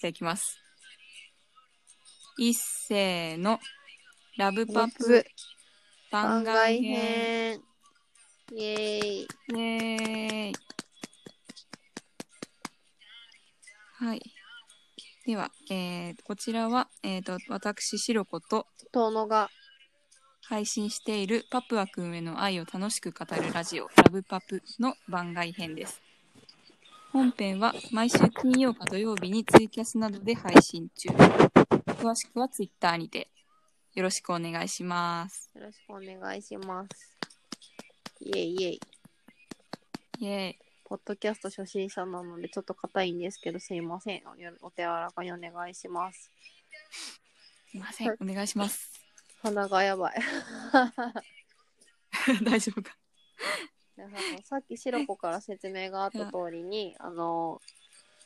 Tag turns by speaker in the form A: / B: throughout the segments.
A: じゃあいきます。一世のラブパプ番
B: 番
A: 外
B: 外
A: 編。
B: 編。イェーイ。
A: イエーイ。はい。では、えー、こちらは、えー、と、私、しろこと
B: 遠野が。
A: 配信しているパプワ君への愛を楽しく語るラジオ、ラブパプの番外編です。本編は毎週金曜か土曜日にツイキャスなどで配信中。詳しくはツイッターにて。よろしくお願いします。
B: よろしくお願いします。イェイイェイ。
A: イェーイ。
B: ポッドキャスト初心者なのでちょっと硬いんですけどすいません。およお手柔らかにお願いします。
A: すいません。お願いします。
B: 鼻がやばい。
A: 大丈夫か。
B: であのさっきシロコから説明があった通りに、あの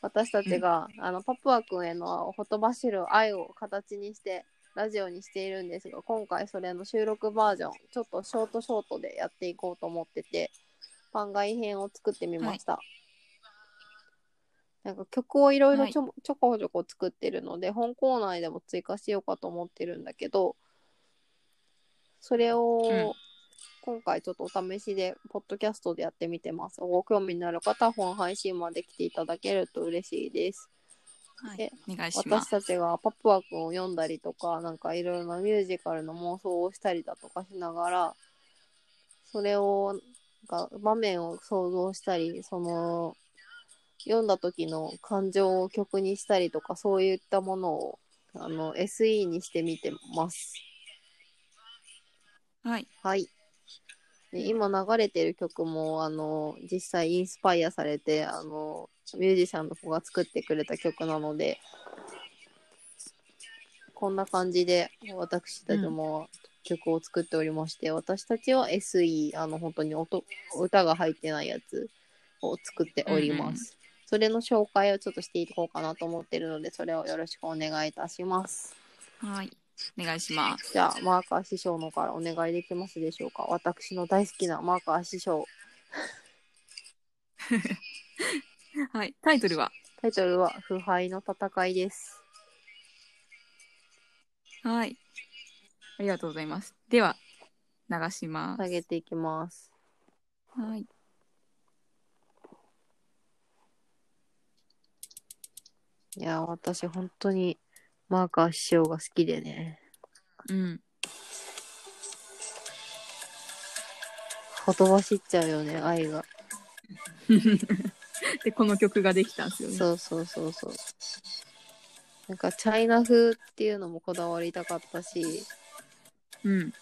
B: 私たちが、あのパプワ君へのほとばしる愛を形にしてラジオにしているんですが今回それの収録バージョンちょっとショートショートでやっていこうと思ってて番外編を作ってみました、なんか曲をいろいろちょ,、ちょこちょこ作ってるので本コーナーでも追加しようかと思ってるんだけどそれを、
A: うん
B: 今回ちょっとお試しで、ポッドキャストでやってみてます。ご興味のある方は本配信まで来ていただけると嬉しいです。
A: はい。お願いしま
B: 私
A: す。
B: たちがパプワ君を読んだりとか、なんかいろいろなミュージカルの妄想をしたりだとかしながら、それを、なんか場面を想像したり、その、読んだ時の感情を曲にしたりとか、そういったものを、あの、SE にしてみてます。
A: はい。
B: はい。で今流れてる曲も、あの、実際インスパイアされて、あの、ミュージシャンの子が作ってくれた曲なので、こんな感じで私たちも曲を作っておりまして、私たちは SE、あの、本当に音、歌が入ってないやつを作っております。それの紹介をちょっとしていこうかなと思ってるので、それをよろしくお願いいたします。
A: はい。お願いします。
B: じゃあ、マーカー師匠のからお願いできますでしょうか。私の大好きなマーカー師匠。
A: はい。タイトルは
B: タイトルは、腐敗の戦いです。
A: はい。ありがとうございます。では、流します。
B: 下げていきます。
A: はい。
B: いやー、私、本当に、マーカー師匠が好きでね、
A: うん。
B: ほとばしっちゃうよね、愛が。
A: で、この曲ができたんですよね。
B: そうそうそうそう。なんか、チャイナ風っていうのもこだわりたかったし、
A: うん。
B: なん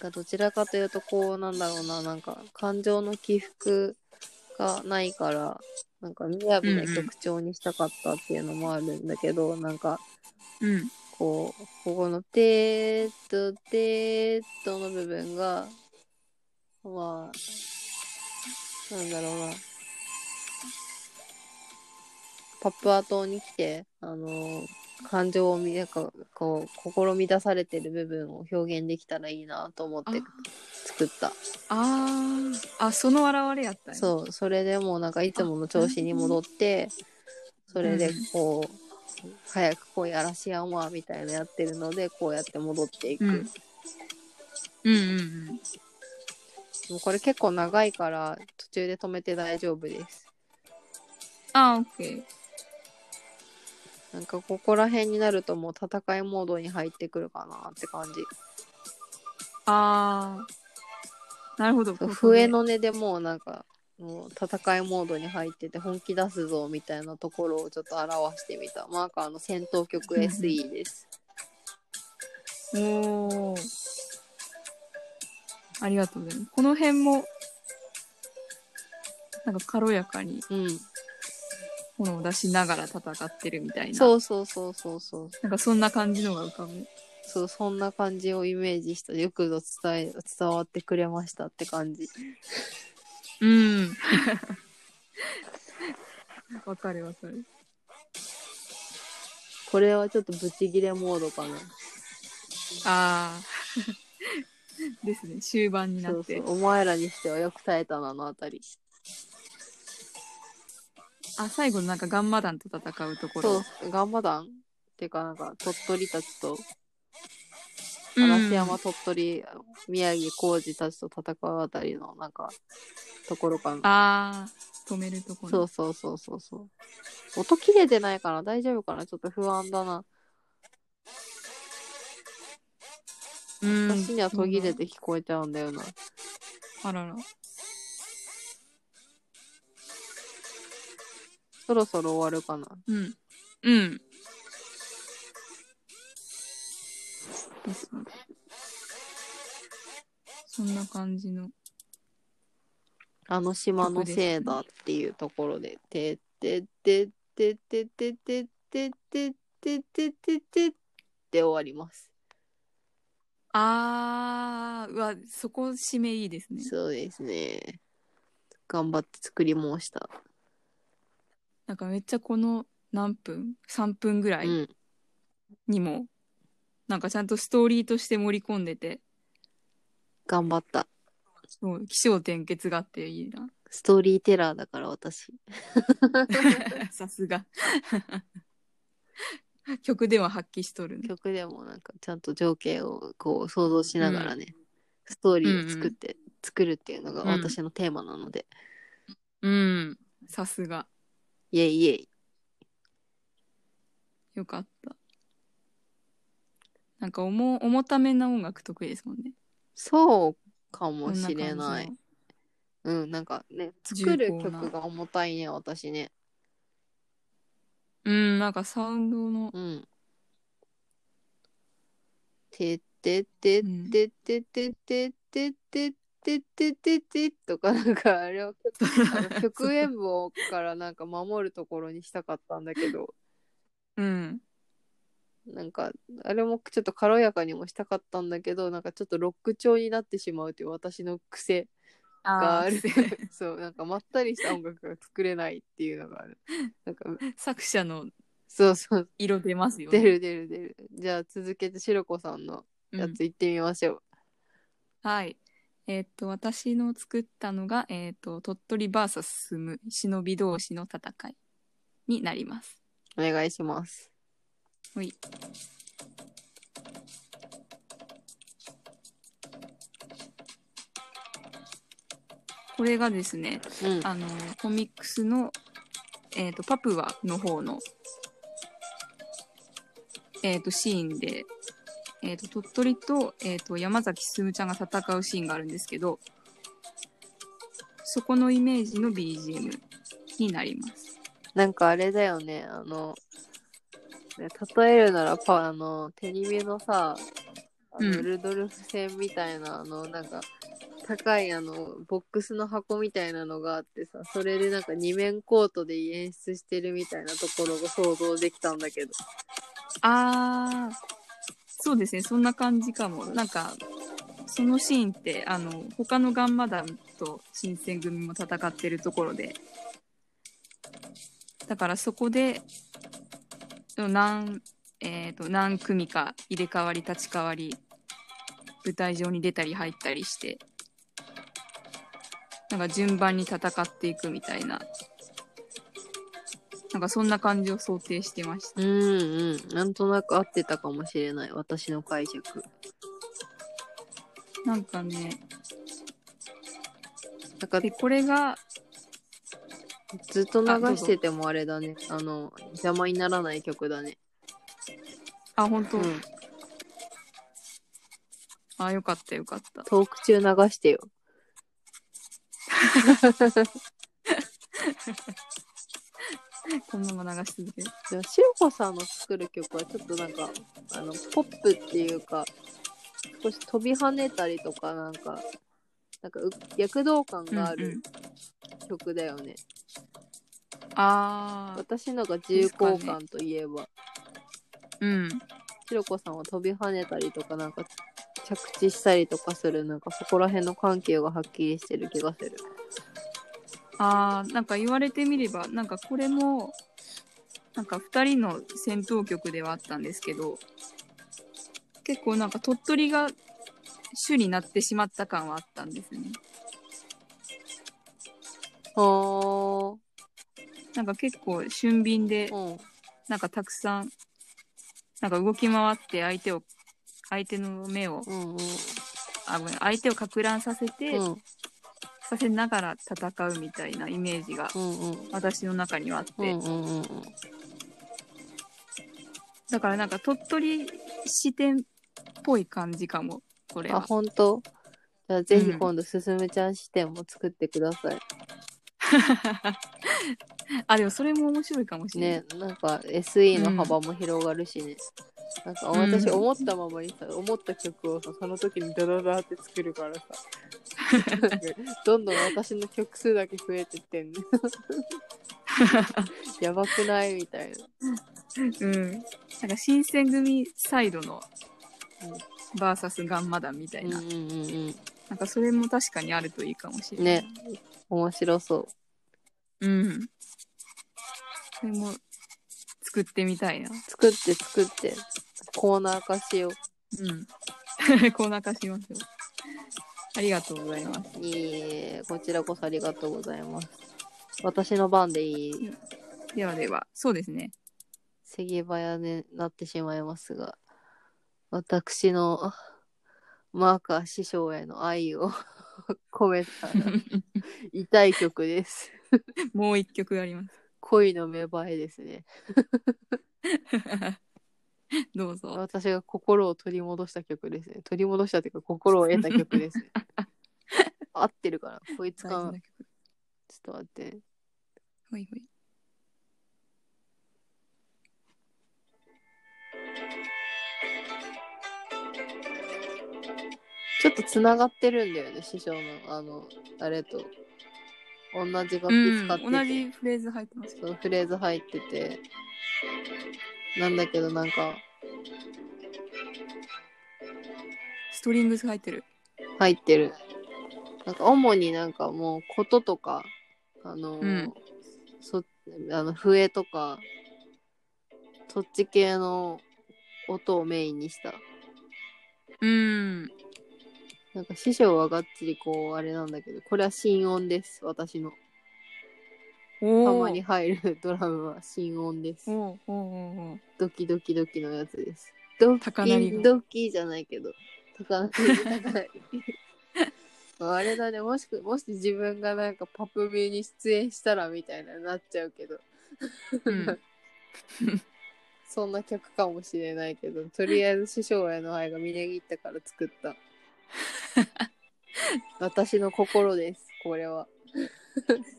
B: かどちらかというとこうなんだろうななんか感情の起伏がないからなんか雅な曲調にしたかったっていうのもあるんだけど、なんか
A: うん。
B: こうここの「てーっとてーっと」の部分がまあなんだろうなパプア島に来てあの感情をみなんかこう心乱されてる部分を表現できたらいいなと思っ
A: あ
B: て作った
A: あー。あ、その現れやったんや
B: そうそれでもうなんかいつもの調子に戻ってそれでこう、早くこうやらしやまみたいなやってるのでこうやって戻っていく、
A: うんうんうん
B: もうこれ結構長いから途中で止めて大丈夫です
A: うん。あー、オッケー。
B: なんかここら辺になるともう戦いモードに入ってくるかなって感じ
A: あー。なるほど。ここで
B: 笛。の音でもうなんかもう戦いモードに入ってて本気出すぞみたいなところをちょっと表してみたマーカーの戦闘曲 SE です
A: おー。ありがとうございます。この辺も、なんか軽やかに
B: うん
A: 炎を出しながら戦ってるみたいな。。
B: そううそうそうそうそう
A: なんかそんな感じのが浮かぶ。
B: そうそんな感じをイメージしたよくぞ伝え伝わってくれましたって感じ
A: うん。 わかるわかる。
B: これはちょっとブチギレモードかな
A: ああ。 ですね。終盤にな
B: そう
A: っ
B: そ
A: て。
B: うお前らにしてはよく耐えたなあのあたり
A: あ、最後のなんかガンマ団と戦うところ。
B: そう、ガンマ団っていうか、なんか、鳥取たちと、
A: うん
B: 嵐山、鳥取、宮城、浩二たちと戦うあたりの、なんか、ところかな。
A: あー、止めるところ。
B: そうそうそうそうそう。音切れてないから大丈夫かなちょっと不安だな。
A: う。ん。
B: 私には途切れて聞こえちゃうんだよな。
A: あらら。
B: そろそろ終わるかな。
A: うん。うん。ですので。そんな感じの。
B: あの島のせいだっていうところで、てってってってってってってってってってってってってって終わります。
A: あー、うわ、そこ締めいいですね。
B: そうですね。頑張って作りました。
A: なんかめっちゃこの何分 ?3 分ぐら
B: う
A: い
B: ん。
A: にも、なんかちゃんとストーリーとして盛り込んでて、
B: 頑張った。
A: そう、起承転結があっていいな。
B: ストーリーテラーだから私。
A: さすが。曲では発揮しとるね。
B: 曲でもなんかちゃんと情景をこう想像しながらね、ストーリーを作って、作るっていうのが私のテーマなので、
A: うん。さすが。
B: イエイイエイ。
A: よかった。なんか重重ためな音楽得意ですもんね。
B: そうか
A: こ
B: も
A: ん
B: し
A: 感じ
B: れ
A: の
B: ない。うん、なんかね、作る曲が重たいね、私ね。
A: うん、なんかサウンドの。
B: うん。てってってってってってってってってってってってってとか、なんかあれをあの曲 演舞からなんか守るところにしたかったんだけど、
A: うん。
B: なんかあれもちょっと軽やかにもしたかったんだけど、なんかちょっとロック調になってしまうという私の癖があ
A: あ
B: る
A: ー。
B: そう、なんかまったりした音楽が作れないっていうのがある。なんか、
A: 作者の
B: そうそう、
A: 色出ますよ、
B: 出る出る出る。じゃあ続けてしろこさんの
A: う
B: や
A: ん
B: つ行ってみましょう。
A: はい。えーっと、私の作ったのが、えーっと、鳥取 VS 進む忍び同士の戦いになります。
B: お願いします。
A: ほい。これがですね、
B: うん。
A: あの、コミックスの、えっ、と、パプワの方の、えっ、と、シーンで、えっ、と、鳥取と、えっ、と、山崎進ちゃんが戦うシーンがあるんですけど、そこのイメージの BGM になります。
B: なんかあれだよね、あの、ね例えるならパ、あの、テニビのさ、あの
A: うん
B: ルドルフ戦みたいな、あの、なんか、高いあの、ボックスの箱みたいなのがあってさ、それでなんか二面コートで演出してるみたいなところが想像できたんだけど。
A: あー、そうですね、そんな感じかも。なんか、そのシーンって、あの、他のガンマ団と新選組も戦ってるところで、だからそこで、何、えっ、と、何組か入れ替わり立ち替わり、舞台上に出たり入ったりして、なんか順番に戦っていくみたいな、なんかそんな感じを想定してました。
B: うんうん。なんとなく合ってたかもしれない、私の解釈。
A: なんかね、
B: なんか
A: で、これが、
B: ずっと流しててもあれだね。あの、邪魔にならない曲だね。
A: あ、本当、
B: うん。
A: あ、よかったよかった。
B: トーク中流してよ。
A: このまま流し続ける。
B: でも、しろこさんの作る曲はちょっとなんか、あの、ポップっていうか、少し飛び跳ねたりとか、なんか、なんかう、躍動感があ
A: うんう
B: る
A: ん
B: 曲だよね。
A: あー、
B: 私のが重厚感といえば、
A: うん。
B: しろこさんは飛び跳ねたりとか、なんか、着地したりとかする、なんかそこら辺の緩急がはっきりしてる気がする。
A: あー、なんか言われてみれば、なんかこれも、なんか二人の戦闘曲ではあったんですけど、結構なんか鳥取が主になってしまった感はあったんですね。
B: あー。
A: なんか結構俊敏で、
B: うん。
A: なんかたくさん、なんか動き回って相手を、相手の目を、
B: うんうん。
A: あ、ごめん、相手をか乱させて、
B: うん
A: させながら戦うみたいなイメージが
B: うんうん。
A: 私の中にはあって、
B: うんうんうんうん。
A: だからなんか鳥取支店っぽい感じかも、これ
B: あ、
A: は。
B: 本当。じゃあぜひ今度すすめちゃん視点も作ってください。
A: あ、でもそれも面白いかもしれない。
B: ね、なんか SE の幅も広がるしね。なんか私
A: うん
B: 思ったままにさ、思った曲をさ、その時にダダダって作る からさ。なんかどんどん私の曲数だけ増えてって んね。やばくないみたいな。
A: うん。なんか新選組サイドの
B: うん、
A: バーサスガンマダンみたいな。
B: うんうんうん
A: なんかそれも確かにあるといいかもし
B: う
A: れ
B: ん。
A: ない。
B: ね。面白そう。
A: うん。それも作ってみたいな。
B: 作って作って。コーナー化しよう。
A: うん。 コーナー化しますよ。ありがとうございます。
B: いいえ、こちらこそありがとうございます。私の番でいい
A: ではでは、そうです ね。
B: せぎ早になってしまいますが、私のマーカー師匠への愛を込めた痛い曲です。
A: もう一曲あります。
B: 恋の芽生えですね。
A: どうぞ。
B: 私が心を取り戻した曲ですね。取り戻したというか心を得た曲で すね。合ってるから、こいつ
A: 大
B: か
A: 事
B: な。
A: な曲。
B: ちょっと待ってね。
A: ほいほい。
B: ちょっとつながってるんだよね、師匠の、あの、あれと。同じ楽器使ってて、
A: 同じフレーズ入ってます。
B: そのフレーズ入ってて。なんだけど、なんか、
A: ストリングス入ってる。
B: 入ってる。なんか、主になんかもう、こととか、あの、
A: うん
B: そ、あの、笛とか、そっち系の音をメインにした。
A: うん。
B: なんか、師匠はがっつりこう、あれなんだけど、これは心音です、私の。
A: お
B: た
A: お
B: まに入るドラムは心音です。
A: おーおーおーおー
B: ドキドキドキのやつです。ド
A: 高鳴り
B: キ
A: が
B: ドキじゃないけど、高鳴り高鳴りあれだね、もしくもし自分がなんかパプミに出演したらみたいななっちゃうけど、
A: うん
B: そんな曲かもしれないけど、とりあえず師匠への愛がみなぎったから作った。私の心です、これは。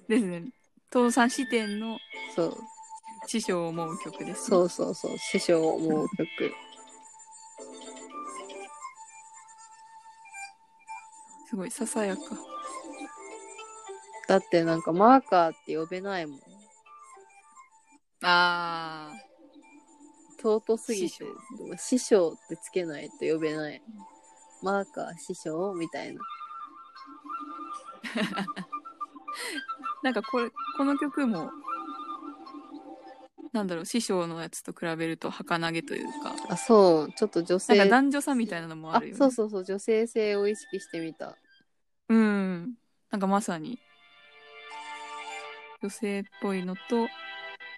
A: ですね。父さん視点の
B: そう、
A: 師匠を思う曲です、
B: そうそうそう、師匠を思う曲。
A: すごい、ささやか。
B: だってなんかマーカーって呼べないもん。
A: あ
B: 尊すぎて
A: 師匠
B: でも師匠ってつけないと呼べないマーカー師匠みたいな
A: ー。なんかこれ、この曲も、なんだろう、師匠のやつと比べると儚げというか、
B: あそうちょっと女
A: なんか
B: 性
A: 男女差みたいなのもあ
B: あ
A: るよね。
B: そうそうそう女性性を意識してみた
A: うん。なんかまさに、女性っぽいのと、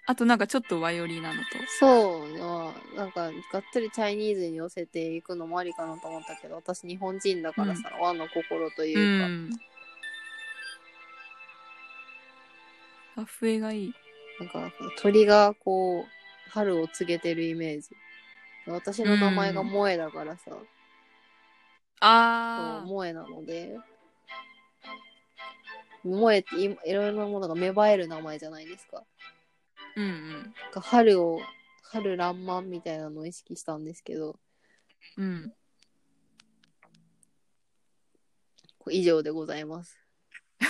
A: あとなんかちょっとワイオリなのと。
B: そうまあなんかがっつりチャイニーズに寄せていくのもありかなと思ったけど私日本人だからさ、和の心と
A: う
B: いうか、
A: ん。あ、笛がいい。
B: なんか鳥がこう春を告げてるイメージ私の名前が萌えだからさ、そう
A: あー。
B: 萌えなので萌えっていいろいろなものが芽生える名前じゃないですか
A: うんうん。
B: なんか春を春爛漫みたいなのを意識したんですけど
A: うん。
B: こう以上でございます
A: あ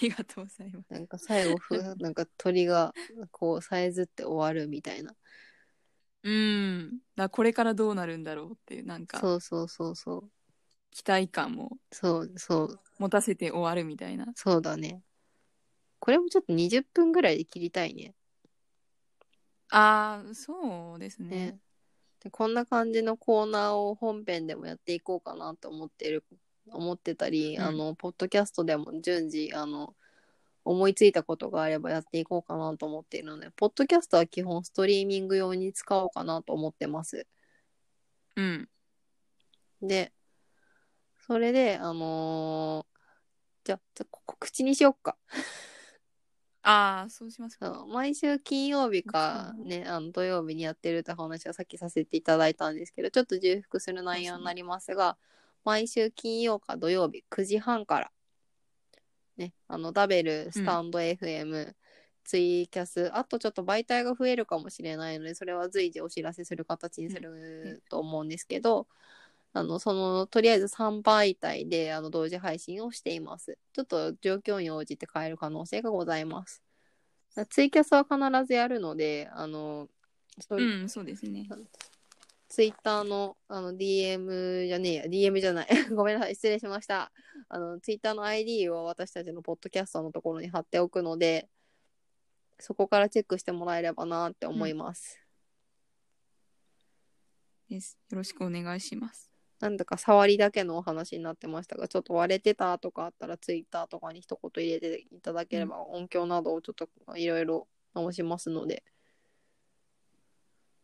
A: りがとうございます。
B: なんか最後 ふなんか鳥がこうさえずって終わるみたいな
A: うん。だからこれからどうなるんだろうっていう、なんか、
B: そうそうそうそう
A: 期待感も
B: そうそう
A: 持たせて終わるみたいな。
B: そうだねこれもちょっと20分ぐらいで切りたいね
A: あー、そうですね。
B: ねでこんな感じのコーナーを本編でもやっていこうかなと思ってる思ってたり、
A: うん
B: あのポッドキャストでも順次あの思いついたことがあればやっていこうかなと思っているので、ポッドキャストは基本ストリーミング用に使おうかなと思ってます。
A: うん。
B: で、それで、あのーじゃあ、じゃあここ口にしよっか。
A: ああ、そうしますか。、
B: あの毎週金曜日か、ね、あの土曜日にやってるって話はさっきさせていただいたんですけどちょっと重複する内容になりますが毎週金曜か土曜日9時半から、ね、あのダベルスタンド FM、ツイキャスあとちょっと媒体が増えるかもしれないのでそれは随時お知らせする形にすると思うんですけど、あのそのとりあえず3媒体であの同時配信をしていますちょっと状況に応じて変える可能性がございますツイキャスは必ずやるのであのそううん
A: そうですね。
B: ツイッターのあの DM じゃねえや、DM じゃない。 ごめんなさい、失礼しました。あの、ツイッターの ID を私たちのポッドキャストのところに貼っておくので、そこからチェックしてもらえればなって思います。
A: です。よろしくお願いします。
B: なんだか触りだけのお話になってましたが、ちょっと割れてたとかあったら、ツイッターとかに一言入れていただければ、音響などをちょっといろいろ直しますので。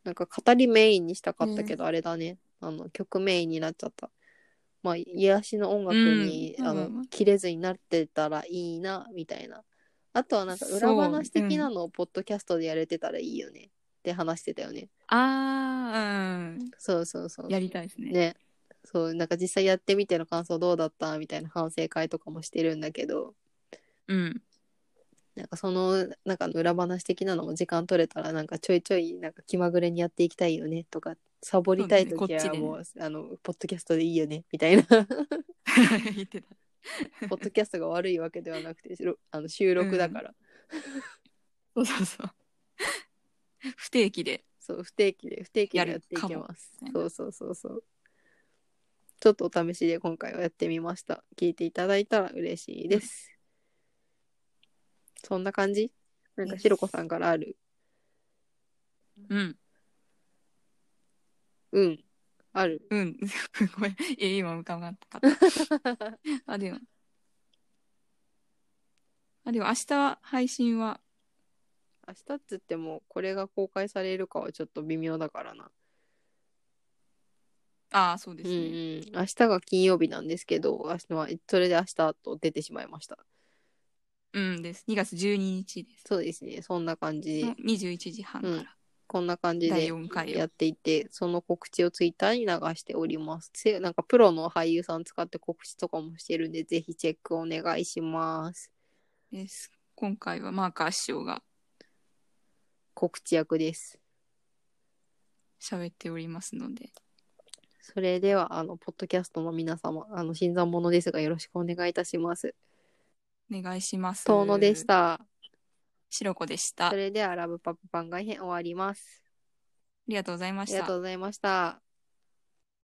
B: なんか語りメインにしたかったけど、あれだね。あの、曲メインになっちゃった。まあ、癒しの音楽に、
A: うん
B: あ
A: まあ
B: の
A: まあまあ、
B: 切れずになってたらいいな、みたいな。あとはなんか裏
A: そう
B: 話的なのをポッドキャストでやれてたらいいよね。って話してたよね。
A: ああ、うん。
B: そうそうそう。
A: やりたいですね。
B: ねそうなんか実際やってみての感想どうだったみたいな反省会とかもしてるんだけど
A: うん。
B: なんかその中の裏話的なのも時間取れたらなんかちょいちょいなんか気まぐれにやっていきたいよねとかサボりたい
A: そう
B: 時
A: ですね
B: は
A: こっちでね
B: もう、あのポッドキャストでいいよねみた いな
A: 言ってた。
B: ポッドキャストが悪いわけではなくてしろあの収録だから、
A: そうそうそう。不定期で。
B: そう不定期で不定期でやっていき
A: やる
B: ま
A: みた
B: す
A: いな
B: そうそうそうそうちょっとお試しで今回はやってみました聞いていただいたら嬉しいです、そんな感じなんか
A: です
B: ひろこさんからある
A: うん。
B: うん ある
A: うん。ごめん。え、今浮かばなかった。あ、でも。あ、でも明日配信は、
B: 明日っつってもこれが公開されるかはちょっと微妙だからな、
A: ああ、そうで
B: う
A: す
B: んう
A: ね。
B: ん明日が金曜日なんですけど明日はそれで明日と出てしまいました
A: うんです。2月12日です。
B: そうですねそんな感じで、
A: の21時半から。
B: うんこんな感じ
A: 第
B: で
A: 4回を
B: やっていて、その告知をツイッターに流しております。せなんかプロの俳優さん使って告知とかもしてるんで、ぜひチェックお願いします。
A: です。今回はマーカー師匠が
B: 告知役です。
A: 喋っておりますので、
B: それでは、あの、ポッドキャストの皆様、あの、新参者ですが、よろしくお願いいたします。
A: お願いします。
B: 遠野でし。た。
A: しろこでした。
B: そ
A: あ
B: れでは、ラブパパ番外編終わります。
A: りがとうございま
B: あ
A: し
B: りが
A: た
B: とう。ございました。